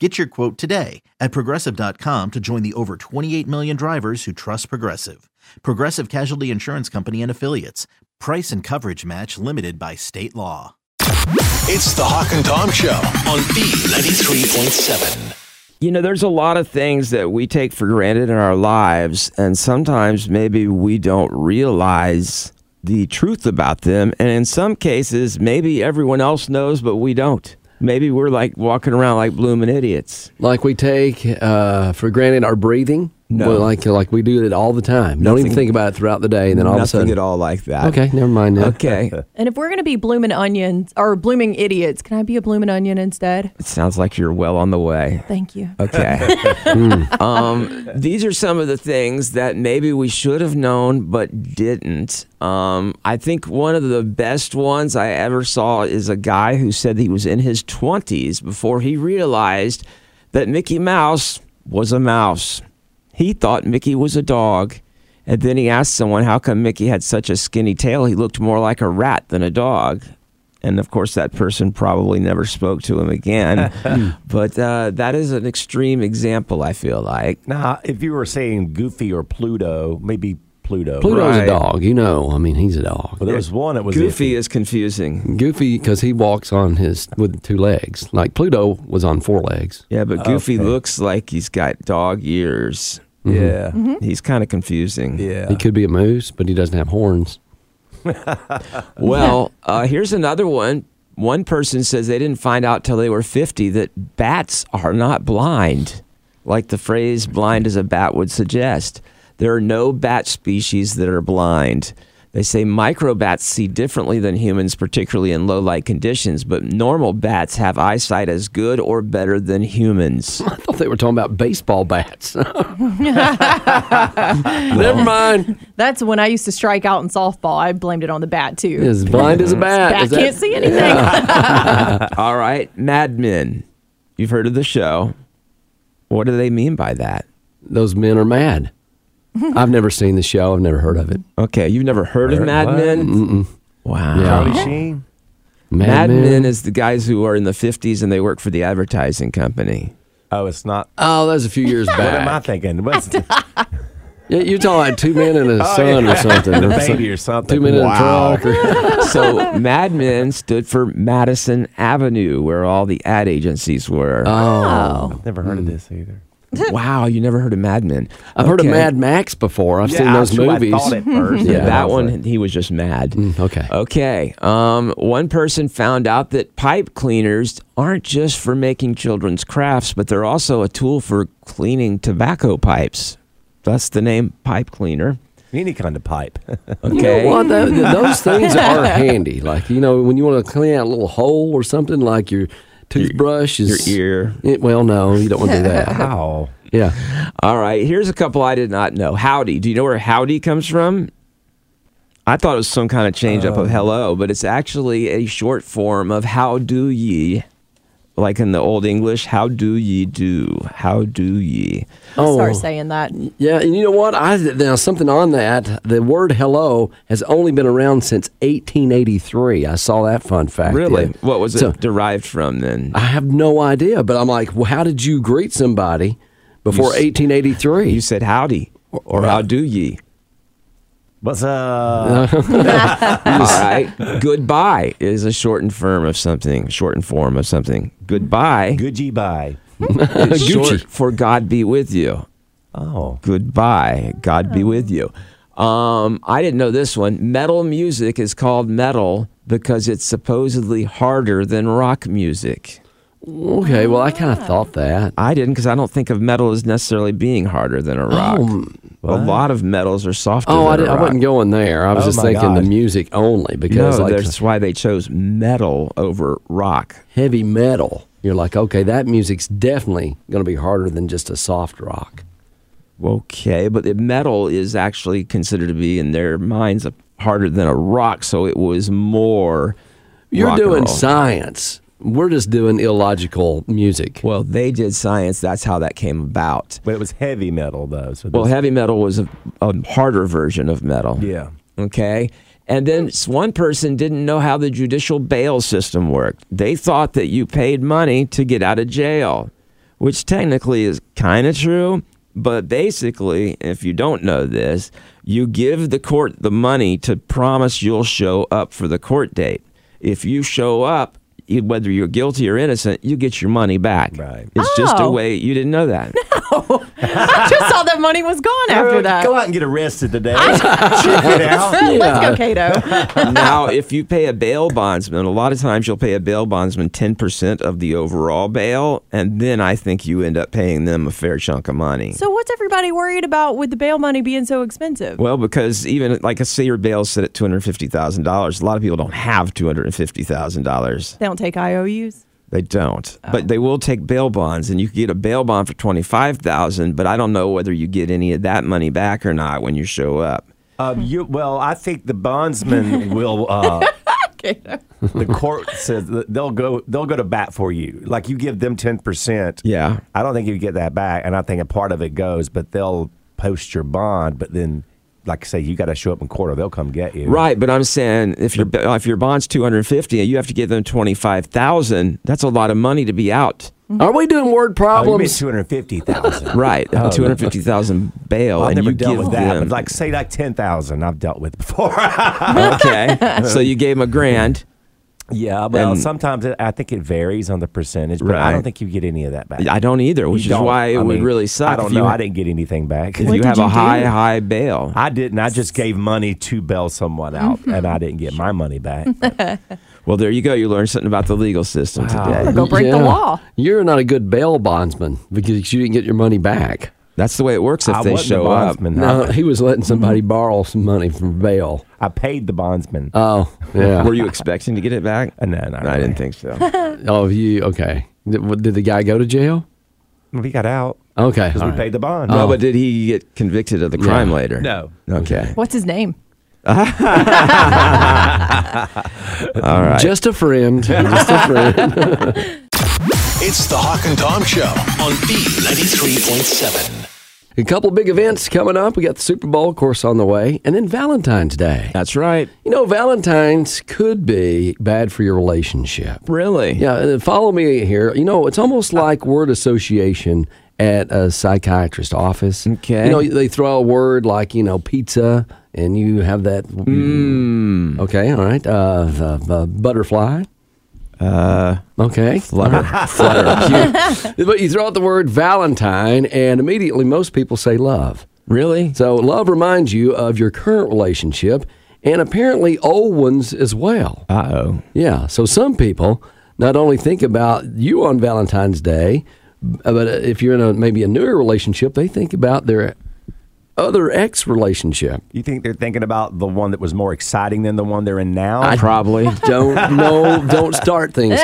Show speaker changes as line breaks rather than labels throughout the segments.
Get your quote today at progressive.com to join the over 28 million drivers who trust Progressive. Progressive Casualty Insurance Company and Affiliates. Price and coverage match limited by state law.
It's the Hawk and Tom Show on B93.7.
You know, there's a lot of things that we take for granted in our lives, and sometimes maybe we don't realize the truth about them. And in some cases, maybe everyone else knows, but we don't. Maybe we're like walking around like blooming idiots.
Like we take uh, for granted our breathing.
No.
Well, like like we do it all the time. Don't even
Nothing-
think about it throughout the day, and then all
Nothing
of a sudden,
at all like that.
okay, never mind. Now.
Okay.
And if we're gonna be blooming onions or blooming idiots, can I be a blooming onion instead?
it sounds like you're well on the way.
Thank you.
Uh, Okay. um, these are some of the things that maybe we should have known but didn't. Um, I think one of the best ones I ever saw is a guy who said that he was in his 20s before he realized that Mickey Mouse was a mouse. He thought Mickey was a dog. And then he asked someone how come Mickey had such a skinny tail. He looked more like a rat than a dog. And of course, that person probably never spoke to him again.
Hmm.
but uh, that is an extreme example, I feel like.
Now, Uh, if you were saying Goofy or Pluto, maybe Pluto.
Pluto's
Right.
a dog, you know. I mean, he's a dog.
But there was one that was
Goofy is confusing.
Goofy because he walks on his with two legs. Like Pluto was on four legs.
Yeah, but Goofy looks like he's got dog ears.
Yeah.
He's kind of confusing.
Hmm? Yeah.
He could be a moose, but he doesn't have horns.
Well, uh, here's another one. One person says they didn't find out till they were 50 that bats are not blind, like the phrase blind as a bat would suggest. There are no bat species that are blind. They say microbats see differently than humans, particularly in low light conditions, but normal bats have eyesight as good or better than humans.
I thought they were talking about baseball bats. never mind.
That's when I used to strike out in softball. I blamed it on the bat too.
As blind as a bat.
Bat
Is that-
can't see anything.
All right, Mad Men. You've heard of the show. What do they mean by that?
Those men are mad. I've never seen the show. I've never heard of it.
Okay, you've never heard of
Heard-
Mad
what?
Men? Wow.
Charlie Sheen.
Mad Men is the guys who are in the 50s and they work for the advertising company.
Oh, it's not.
Oh, that was a few years back.
What am I thinking? What's
Yeah, you're talking like two men and a
Oh,
son
yeah.
or something.
And a
Or
baby
some-
or something.
Two men in a
Wow.
truck. Or,
So Mad Men stood for Madison Avenue, where all the ad agencies were.
Uh,
Oh.
Never heard of
Hmm.
this either.
wow, you never heard of Mad Men.
I've heard of
Okay.
Mad Max before. I've seen those movies.
I thought at first.
Yeah.
that one, he was just mad.
Mm, okay.
Okay. Um, one person found out that pipe cleaners aren't just for making children's crafts, but they're also a tool for cleaning tobacco pipes. That's the name pipe cleaner.
Any kind of pipe.
Okay.
You know what? Tho- th- those things are handy. Like you know, when you want to clean out a little hole or something, like your toothbrush is
your ear.
Yeah, well, no, you don't want to do that.
Wow.
yeah,
All right. Here's a couple I did not know. Howdy. Do you know where howdy comes from? I thought it was some kind of change
Uh.
up of hello, but it's actually a short form of how do ye, like in the old English, how do ye do? How do ye?
I'll
Oh.
Start saying that.
yeah. And you know what? I now something on that. The word "hello" has only been around since 1883. I saw that fun fact.
Really?
yeah.
What was it
So-
derived from then?
I have no idea, but I'm like, well, how did you greet somebody before
s-
1883?
You said howdy or, how do ye?
What's uh,
Uh,
up?
All right. Goodbye is a shortened form of something, shortened form of something. Goodbye.
Good G bye.
It's short
Gucci.
for God be with you.
Oh,
Goodbye. God be with
Oh.
you. Um, I didn't know this one. Metal music is called metal because it's supposedly harder than rock music.
Okay, well, I kind of thought that.
I didn't because I don't think of metal as necessarily being harder than a rock. a lot of metals are softer.
Oh,
than
I, didn't,
a
I
rock.
wasn't going there. I was
Oh,
just
my
thinking the
God.
music only
No,
because like
that's why they chose metal over rock.
heavy metal. You're like, okay, that music's definitely going to be harder than just a soft rock.
Okay, but the metal is actually considered to be in their minds a, harder than a rock, so it was more.
You're
rock and
doing
roll.
science. We're just doing illogical music.
Well, they did science. That's how that came about.
but it was heavy metal though. So
Well,
this-
heavy metal was a, a harder version of metal.
yeah.
Okay. And then s- one person didn't know how the judicial bail system worked. They thought that you paid money to get out of jail, which technically is kind of true. But basically, if you don't know this, you give the court the money to promise you'll show up for the court date. If you show up, e- whether you're guilty or innocent, you get your money back.
Right.
It's just a
Oh.
way you didn't know that.
I just saw that money was gone after that.
Go out and get arrested today. Check it out.
Let's go, Kato.
now, if you pay a bail bondsman, a lot of times you'll pay a bail bondsman 10% of the overall bail, and then I think you end up paying them a fair chunk of money.
so what's everybody worried about with the bail money being so expensive?
well, because even like a say your bail's set at $250,000, a lot of people don't have $250,000.
They don't take IOUs.
They don't. But they will take bail bonds and you can get a bail bond for 25,000, but I don't know whether you get any of that money back or not when you show up.
Um, you, well, I think the bondsman will. Uh,
Kato.
the court says that they'll go. They'll go to bat for you. Like you give them ten percent.
Yeah.
I don't think you get that back, and I think a part of it goes, but they'll post your bond, but then, like I say, you got to show up in court, or they'll come get you.
Right, but I'm saying if your if your bond's 250 and you have to give them 25,000, that's a lot of money to be out.
Are we doing word
Oh, you mean
problems?
two hundred fifty thousand.
Right, 250,000 bail
I've
and
Oh, never
you
dealt
give
with that.
them
But like say like ten thousand, I've dealt with before.
okay. so you gave them a grand.
yeah, well,
And-
sometimes it, I think it varies on the percentage, but I
Right.
don't think you get any of that back.
I don't either, which
You
is
don't.
why it
I
would
mean,
really suck.
I don't
if
know.
You,
I didn't get anything back.
If you
did
have
you
a
do?
high high bail.
I didn't. I just gave money to bail someone out, and I didn't get my money back.
Well, there you go. You learned something about the legal system today.
Go break the
Yeah.
law.
You're not a good bail bondsman because you didn't get your money back.
That's the way it works if
I
they
wasn't
show
the
up.
bondsman.
No, Mm-hmm.
I-
Uh, he was letting somebody borrow some money from bail.
I paid the bondsman.
Oh, yeah.
Were you expecting to get it back?
Uh, no, not
Uh, I
really.
didn't think so.
Oh, you okay? Did, what- did the guy go to jail?
we got out
Okay,
because
all
we
right.
paid the bond.
No, but did he get convicted of the crime later?
No.
Okay.
What's his name?
just a friend. Just a friend.
It's the Hawk and Tom Show on B93.7.
a couple big events coming up. We got the Super Bowl, of course, on the way, and then Valentine's Day.
That's right.
You know, Valentine's could be bad for your relationship.
Really?
Yeah, uh, follow me here. You know, it's almost
Uh,
like word association at a psychiatrist office.
Okay.
You know, they throw a word like, you know, pizza, and you have that.
Hmm.
Okay, all right. Uh, the, the butterfly. Uh, okay.
Flutter. Flutter. Cute.
But you throw out the word Valentine, and immediately most people say love.
Really?
So love reminds you of your current relationship and apparently old ones as well.
Uh oh.
Yeah. So some people not only think about you on Valentine's Day, but uh, if you're in a maybe a newer relationship, they think about their other ex relationship.
You think they're thinking about the one that was more exciting than the one they're in now?
Probably.
Don't know. Don't start things,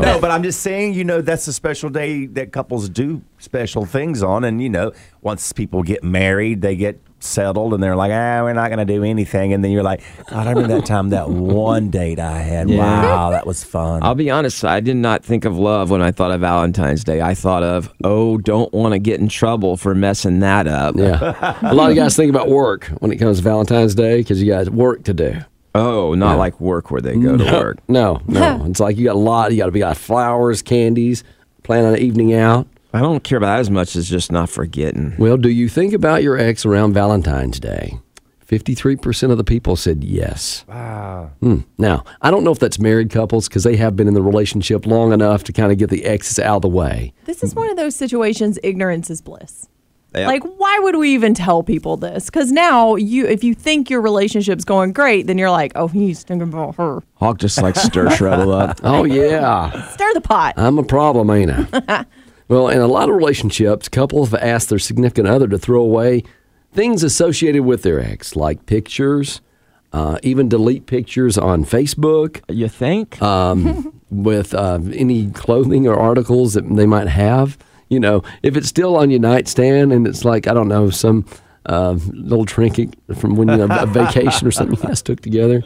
no, but I'm just saying, you know, that's a special day that couples do special things on. And, you know, once people get married, they get settled and they're like, ah, we're not going to do anything. And then you're like, God, I remember that time, that one date I had. Wow, that was fun.
I'll be honest. I did not think of love when I thought of Valentine's Day. I thought of, oh, don't want to get in trouble for messing that up.
Yeah. A lot of guys think about work when it comes to Valentine's Day because you got work to do.
Oh, not like work where they go to work.
No, no. it's like you got a lot. You got to be got flowers, candies, plan an evening out.
I don't care about that as much as just not forgetting.
Well, do you think about your ex around Valentine's Day? 53% of the people said yes. Wow. Now, I don't know if that's married couples because they have been in the relationship long enough to kind of get the exes out of the way.
This is one of those situations ignorance is bliss. Like why would we even tell people this? Cuz now you if you think your relationship's going great, then you're like, "Oh, he's thinking about her."
Hawk just like stir trouble up.
Oh, yeah.
Stir the pot.
I'm a problem, ain't I? well, in a lot of relationships, couples have asked their significant other to throw away things associated with their ex, like pictures, uh, even delete pictures on Facebook
You think?
Uh, with uh, any clothing or articles that they might have. You know, if it's still on your nightstand and it's like, I don't know, some uh, little trinket from when you know, a vacation or something you guys took together.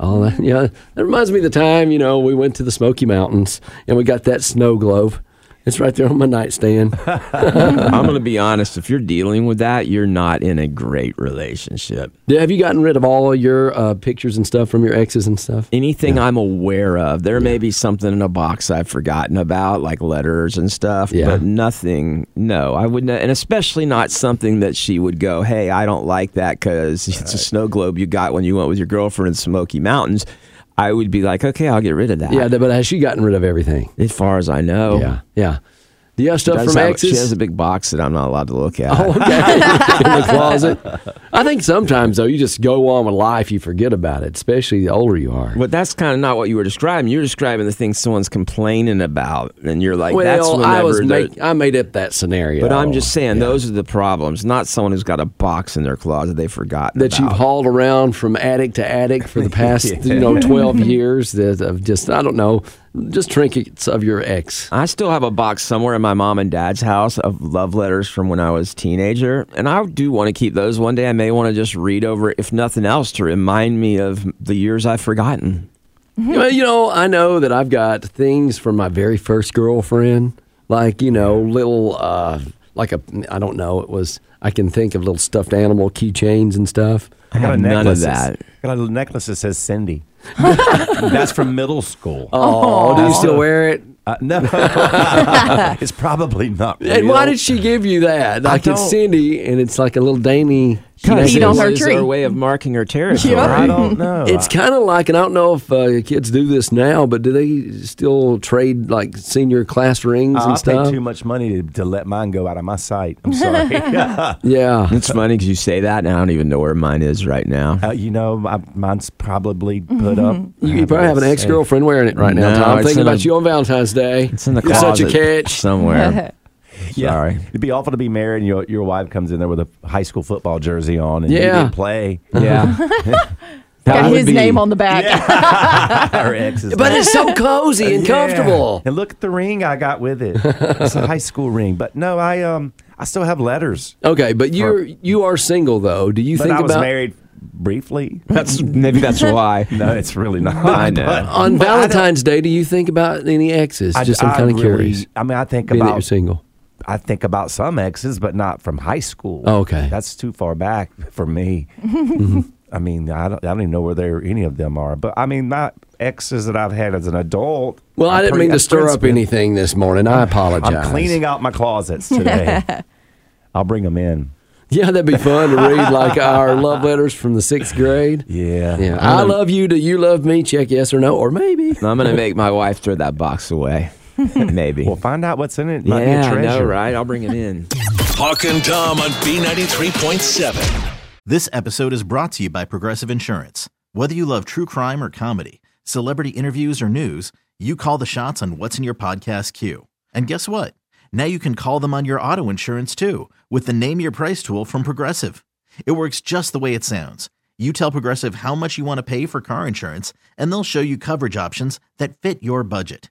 All that. Yeah. That reminds me of the time, you know, we went to the Smoky Mountains and we got that snow globe. It's right there on my nightstand.
I'm going to be honest. If you're dealing with that, you're not in a great relationship.
Yeah, have you gotten rid of all your uh, pictures and stuff from your exes and stuff?
Anything I'm aware of, there may be something in a box I've forgotten about, like letters and stuff,
Yeah.
but nothing. No, I wouldn't. And especially not something that she would go, hey, I don't like that because it's a snow globe you got when you went with your girlfriend in Smoky Mountains. I would be like, okay, I'll get rid of that.
Yeah, but has she gotten rid of everything?
as far as I know.
Yeah. Yeah. Do you have
She,
stuff
does
from
have-
exes?
she has a big box that I'm not allowed to look at.
Oh, okay. in the closet. I think sometimes though you just go on with life, you forget about it, especially the older you are.
But that's kind of not what you were describing. You're describing the thing someone's complaining about, and you're like,
well,
"That's whenever."
I was
the-
make, I made up that scenario.
but I'm just saying, those are the problems. Not someone who's got a box in their closet they forgot
that you've hauled around from attic to attic for the past you know twelve years that of just I don't know just trinkets of your ex.
I still have a box somewhere in my mom and dad's house of love letters from when I was a teenager, and I do want to keep those one day. I may want to just read over, it, if nothing else, to remind me of the years I've forgotten. Uh-huh.
Well, you know I know that I've got things from my very first girlfriend, like you know little uh, like a I don't know it was I can think of little stuffed animal keychains and stuff.
I,
got
have
a
none of
necklace that's-
that.
Got a little necklace that says Cindy. That's from middle school.
Oh, do you still wear it?
Uh, no, it's probably not.
And
real.
why did she give you that? Like it's
don't-
Cindy, and it's like a little dainty.
Because peed on her
It's
tree.
our way of marking her territory.
I don't know.
It's kind of like, and I don't know if uh, kids do this now, but do they still trade like senior class rings
Uh, I, I
and stuff?
paid too much money to, to let mine go out of my sight. I'm sorry. uh,
Yeah.
It's funny because you say that, and I don't even know where mine is right now.
Uh, you know, my, mine's probably put up.
Mm-hmm. You probably have an ex girlfriend wearing it right now,
No,
Tom. I'm
it's
thinking
in
about
a-
you on Valentine's Day.
It's in the
You're
closet
Such a catch.
somewhere. Sorry.
It'd be awful to be married and your, your wife comes in there with a high school football jersey on and you
Yeah. Uh-huh.
didn't play.
yeah, That
Got
would
his
be-
name on the back.
Our ex is like,
But it's so cozy and
"Yeah."
comfortable.
And look at the ring I got with it. It's a high school ring. But no, I um I still have letters.
Okay, but you're you are single though. Do you
But
think
I was
about
married briefly.
That's maybe that's why.
No, it's really not.
I know.
on
But I don't-
Valentine's Day? Do you think about any exes? Just I'm
I
kind of
really-
curious.
I mean, I think
Being that you're
about
single.
I think about some exes, but not from high school.
Oh, Okay. Mm-hmm.
that's too far back for me. I mean, I don't, I don't even know where they any of them are. But I mean, my exes that I've had as an adult.
Well, I
I'm
didn't
pretty-
mean
I'm
to stir
friends
up
with-
anything this morning. I apologize.
I'm cleaning out my closets today. I'll bring them in.
Yeah, that'd be fun to read like our love letters from the sixth grade.
Yeah,
Yeah. I love you. Do you love me? Check yes or no, or maybe.
I'm gonna make my wife throw that box away. Maybe.
Well, find out what's in it. Might be
yeah,
a
I know,
treasure.
right? I'll bring it in.
Hawk and Tom on B93.7.
This episode is brought to you by Progressive Insurance. Whether you love true crime or comedy, celebrity interviews or news, you call the shots on what's in your podcast queue. And guess what? Now you can call them on your auto insurance too with the Name Your Price tool from Progressive. It works just the way it sounds. You tell Progressive how much you want to pay for car insurance, and they'll show you coverage options that fit your budget.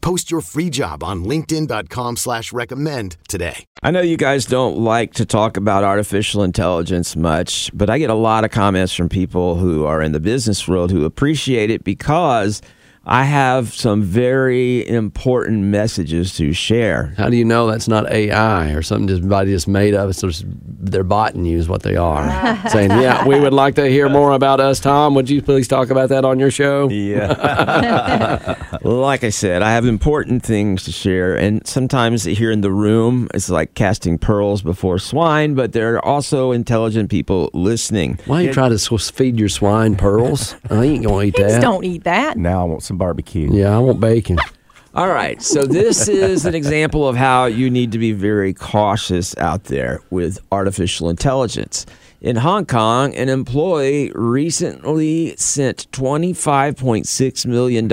Post your free job on linkedin.com/recommend slash recommend today.
I know you guys don't like to talk about artificial intelligence much, but I get a lot of comments from people who are in the business world who appreciate it because I have some very important messages to share.
How do you know that's not AI or something just somebody just made up? It's just they're botting you is what they are. Saying, yeah, we would like to hear more about us, Tom. Would you please talk about that on your show?
Like I said, I have important things to share, and sometimes here in the room, it's like casting pearls before swine, but there are also intelligent people listening.
Why you try to sw- feed your swine pearls? I ain't gonna eat
Pigs
that.
don't eat that.
Now I want some barbecue.
Yeah, I want bacon.
All right. So this is an example of how you need to be very cautious out there with artificial intelligence. In Hong Kong, an employee recently sent $25.6 million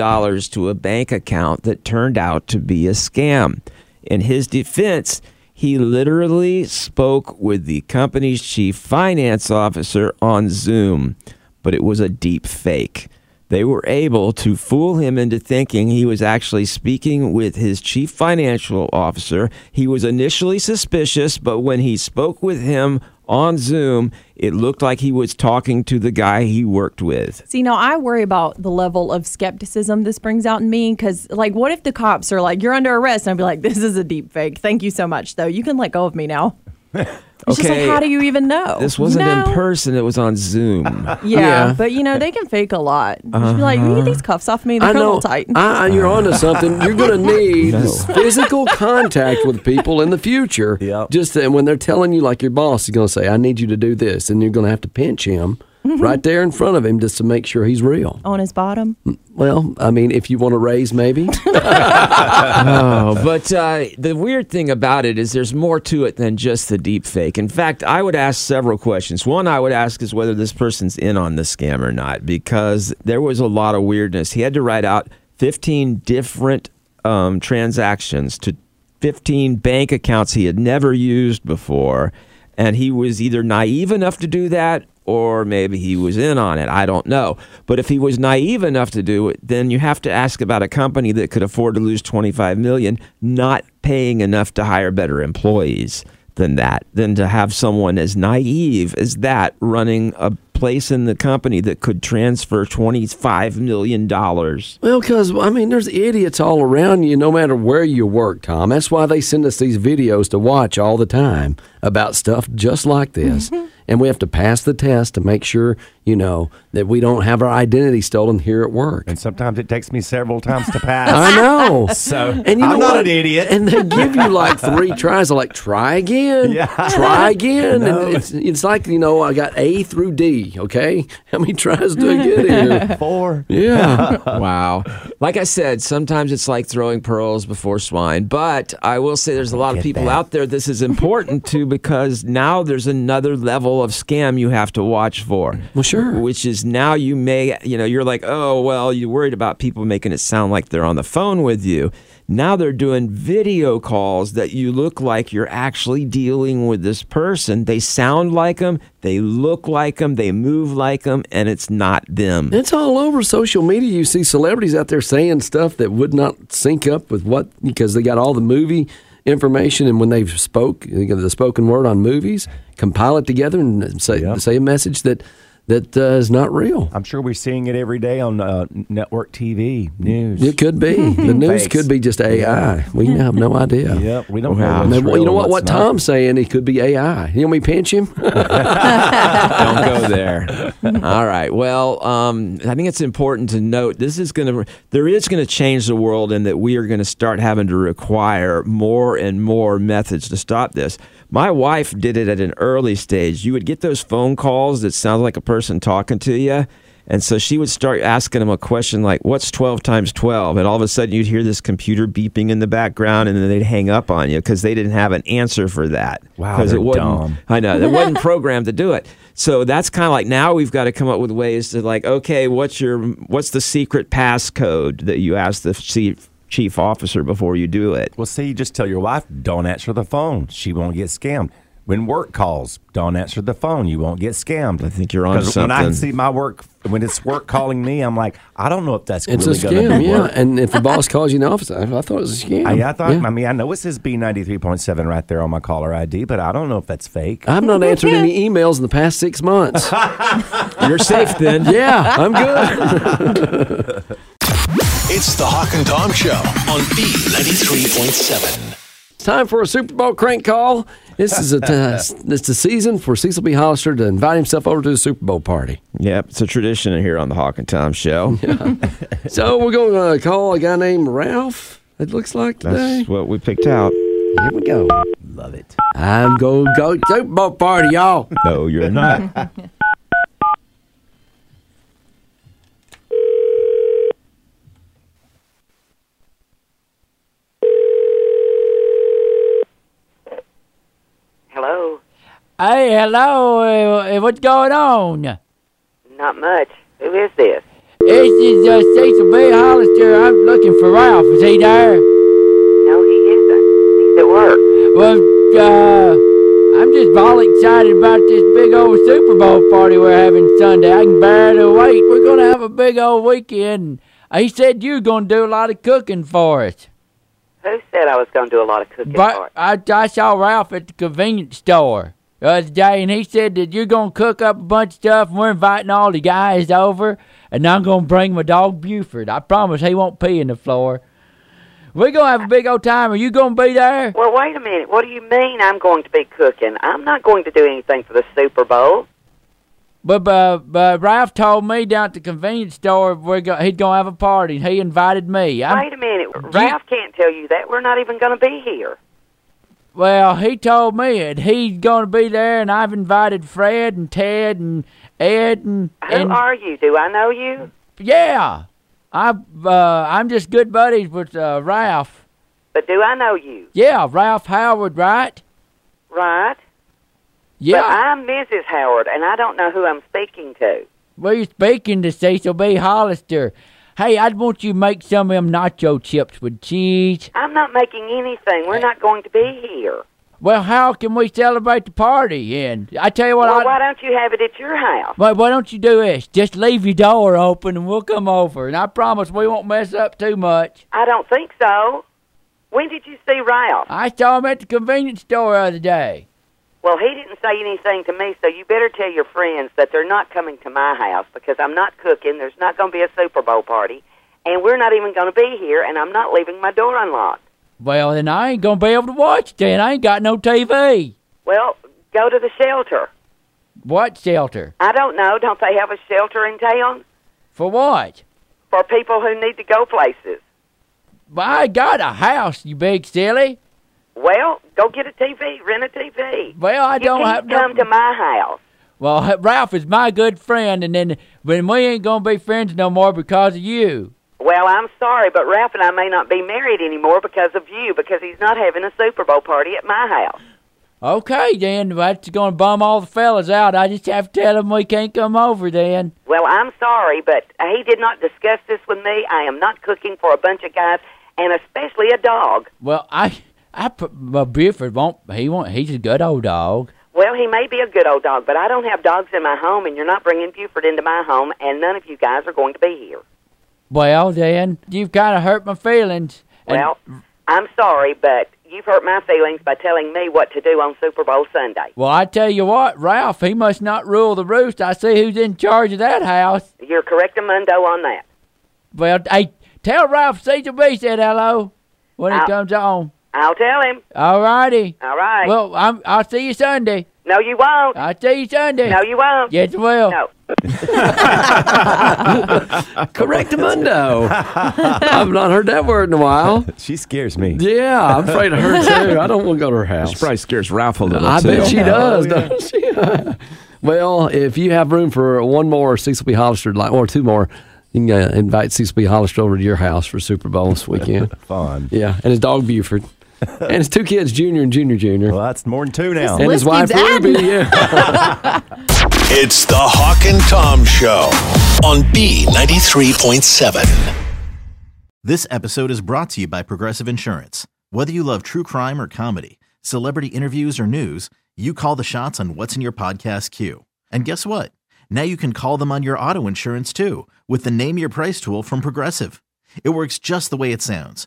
to a bank account that turned out to be a scam. In his defense, he literally spoke with the company's chief finance officer on Zoom, but it was a deep fake they were able to fool him into thinking he was actually speaking with his chief financial officer. He was initially suspicious, but when he spoke with him on Zoom, it looked like he was talking to the guy he worked with.
See, now I worry about the level of skepticism this brings out in me because, like, what if the cops are like, you're under arrest? And I'd be like, this is a deep fake. Thank you so much, though. You can let go of me now. It's just
Okay.
like, how do you even know?
This wasn't
No.
in person, it was on Zoom.
Yeah,
Yeah. Uh-huh.
but you know, they can fake a lot. You should be like, you get these cuffs off me. They're
I
a
know.
little tight.
I, I- you're onto something. You're going to need physical contact with people in the future.
Yep.
Just that when they're telling you, like your boss is going to say, "I need you to do this," and you're going to have to pinch him
Mm-hmm.
right there in front of him just to make sure he's real.
on his bottom.
Well, I mean, if you want to raise, maybe.
Oh, but uh, the weird thing about it is there's more to it than just the deep fake. In fact, I would ask several questions. One I would ask is whether this person's in on the scam or not, because there was a lot of weirdness. He had to write out 15 different um, transactions to 15 bank accounts he had never used before. And he was either naive enough to do that or maybe he was in on it. I don't know. But if he was naive enough to do it, then you have to ask about a company that could afford to lose 25 million not paying enough to hire better employees than that. Than to have someone as naive as that running a place in the company that could transfer 25 million dollars.
Well, because I mean, there's idiots all around you, no matter where you work, Tom. That's why they send us these videos to watch all the time about stuff just like this, and we have to pass the test to make sure you know that we don't have our identity stolen here at work.
And sometimes it takes me several times to pass.
I know.
So,
and you
I'm
know
not
what?
an idiot.
And they give you like three tries. They're like, try again,
Yeah.
try again. And it's, it's like, you know, I got A through D, okay? How many tries do I get here?
Four.
Yeah.
wow. Like I said, sometimes it's like throwing pearls before swine, but I will say there's a lot of people out there this is important to because now there's another level of scam you have to watch for.
Well, sure.
Which is now you may, you know, you're like, oh, well, you're worried about people making it sound like they're on the phone with you. Now they're doing video calls that you look like you're actually dealing with this person. They sound like them, they look like them, they move like them, and it's not them.
It's all over social media. You see celebrities out there saying stuff that would not sync up with what because they got all the movie information and when they spoke you know, the spoken word on movies, compile it together and say say a message that that uh, is not real.
I'm sure we're seeing it every day on uh, network TV news.
It could be. The news could be just AI. We have no idea.
Yep, we don't know.
Wow.
And
What's
then, well, you
real,
know what? What
what's not.
Tom's saying, he could be AI. You want me to pinch him?
don't go there. All right. Well, um, I think it's important to note this is going to there is going to change the world, and that we are going to start having to require more and more methods to stop this. My wife did it at an early stage. You would get those phone calls that sound like a person talking to you. And so she would start asking him a question like, What's 12 times 12? And all of a sudden you'd hear this computer beeping in the background and then they'd hang up on you because they didn't have an answer for that.
Wow,
Because
they're
it wasn't,
dumb.
I know, it wasn't programmed to do it. So that's kind of like now we've got to come up with ways to like, okay, what's your, what's the secret passcode that you ask the chief, chief officer before you do it?
Well, see, just tell your wife, don't answer the phone. She won't get scammed. When work calls, don't answer the phone. You won't get scammed.
I think you're onto
Because When I
something.
see my work, when it's work calling me, I'm like, I don't know if that's
It's
really
a
gonna
scam,
be
yeah.
work.
And if the boss calls you in the office, I, I thought it was a scam.
I, I thought,
Yeah.
I mean, I know it says B93.7 right there on my caller ID, but I don't know if that's fake.
I've not answered any emails in the past six months.
You're safe then.
yeah, I'm good.
It's the Hawk and Tom Show on B93.7.
It's time for a Super Bowl crank call. This is a t- it's the season for Cecil B. Hollister to invite himself over to the Super Bowl party.
Yep. It's a tradition here on the Hawk and Tom show.
So we're going to call a guy named Ralph. It looks like today.
That's what we picked out.
Here we go.
Love it.
I'm going to go to Super Bowl party, y'all.
No, you're not.
Hello.
Hey, hello. uh, What's going on?
Not much. Who is this?
This is uh, Cecil B. Hollister. I'm looking for Ralph. Is he there?
No, he isn't. He's at work.
Well, uh, I'm just all excited about this big old Super Bowl party we're having Sunday. I can barely wait. We're going to have a big old weekend. He said you're going to do a lot of cooking for us.
Who said I was going to do a lot of cooking for
But
it?
I, I saw Ralph at the convenience store the other day, and he said that you're going to cook up a bunch of stuff, and we're inviting all the guys over, and I'm going to bring my dog Buford. I promise he won't pee in the floor. We're going to have a big old time. Are you going to be there?
Well, wait a minute. What do you mean I'm going to be cooking? I'm not going to do anything for the Super Bowl.
But, but, but Ralph told me down at the convenience store we're go, he's going to have a party, and he invited me. I'm-
wait a minute. Ralph can't tell you that. We're not even going to be here.
Well, he told me it. He's going to be there, and I've invited Fred and Ted and Ed and.
Who
and
are you? Do I know you?
Yeah, I uh, I'm just good buddies with uh, Ralph.
But do I know you?
Yeah, Ralph Howard, right?
Right. But
Yeah,
I'm Mrs. Howard, and I don't know who I'm speaking to.
we're speaking to Cecil B. Hollister. Hey, I'd want you to make some of them nacho chips with cheese.
I'm not making anything. We're not going to be here.
Well, how can we celebrate the party? And I tell you what,
Well,
I,
why don't you have it at your house?
Why, why don't you do this? Just leave your door open, and we'll come over. And I promise we won't mess up too much.
I don't think so. When did you see Ralph?
I saw him at the convenience store the other day.
Well, he didn't say anything to me, so you better tell your friends that they're not coming to my house because I'm not cooking. There's not going to be a Super Bowl party, and we're not even going to be here, and I'm not leaving my door unlocked.
Well, then I ain't gonna be able to watch. Then I ain't got no TV.
Well, go to the shelter.
What shelter?
I don't know. Don't they have a shelter in town
For what?
for people who need to go places?
I got a house, you big silly.
Well, go get a TV. Rent a TV.
Well, I
you
don't
can't
have no-
come to my house.
Well, Ralph is my good friend, and then when we ain't gonna be friends no more because of you.
Well, I'm sorry, but Ralph and I may not be married anymore because of you, because he's not having a Super Bowl party at my house.
Okay, then that's gonna bum all the fellas out. I just have to tell them we can't come over then.
Well, I'm sorry, but he did not discuss this with me. I am not cooking for a bunch of guys, and especially a dog.
Well, I, I, put- well, Buford won't. He won't. He's a good old dog.
Well, he may be a good old dog, but I don't have dogs in my home, and you're not bringing Buford into my home, and none of you guys are going to be here.
Well, then you've kind of hurt my feelings. And-
Well, I'm sorry, but you've hurt my feelings by telling me what to do on Super Bowl Sunday.
well, I tell you what, Ralph. He must not rule the roost. I see who's in charge of that house.
You're correct, Mundo, on that.
Well, hey, tell Ralph Cecil B said hello when he
I'll-
comes on.
I'll tell him.
All righty.
All right.
Well, I'm, I'll see you Sunday.
no, you won't.
I'll see you Sunday.
no, you won't.
Yes, well.
No.
Correctamundo. I've not heard that word in a while.
She scares me.
Yeah, I'm afraid of her too. I don't want to go to her house.
She probably scares Ralph a little
I
too.
bet she does. doesn't she? Well, if you have room for one more Cecil B. Hollister, like or two more, you can uh, invite Cecil B. Hollister over to your house for Super Bowl this weekend.
Fun.
Yeah, and his dog Buford, and his two kids, Junior and Junior Junior. Well,
that's more than two
now. And his wife Ruby. Yeah.
It's the Hawk and Tom Show on B93.7.
This episode is brought to you by Progressive Insurance. Whether you love true crime or comedy, celebrity interviews or news, you call the shots on what's in your podcast queue. And guess what? Now you can call them on your auto insurance too with the Name Your Price tool from Progressive. It works just the way it sounds.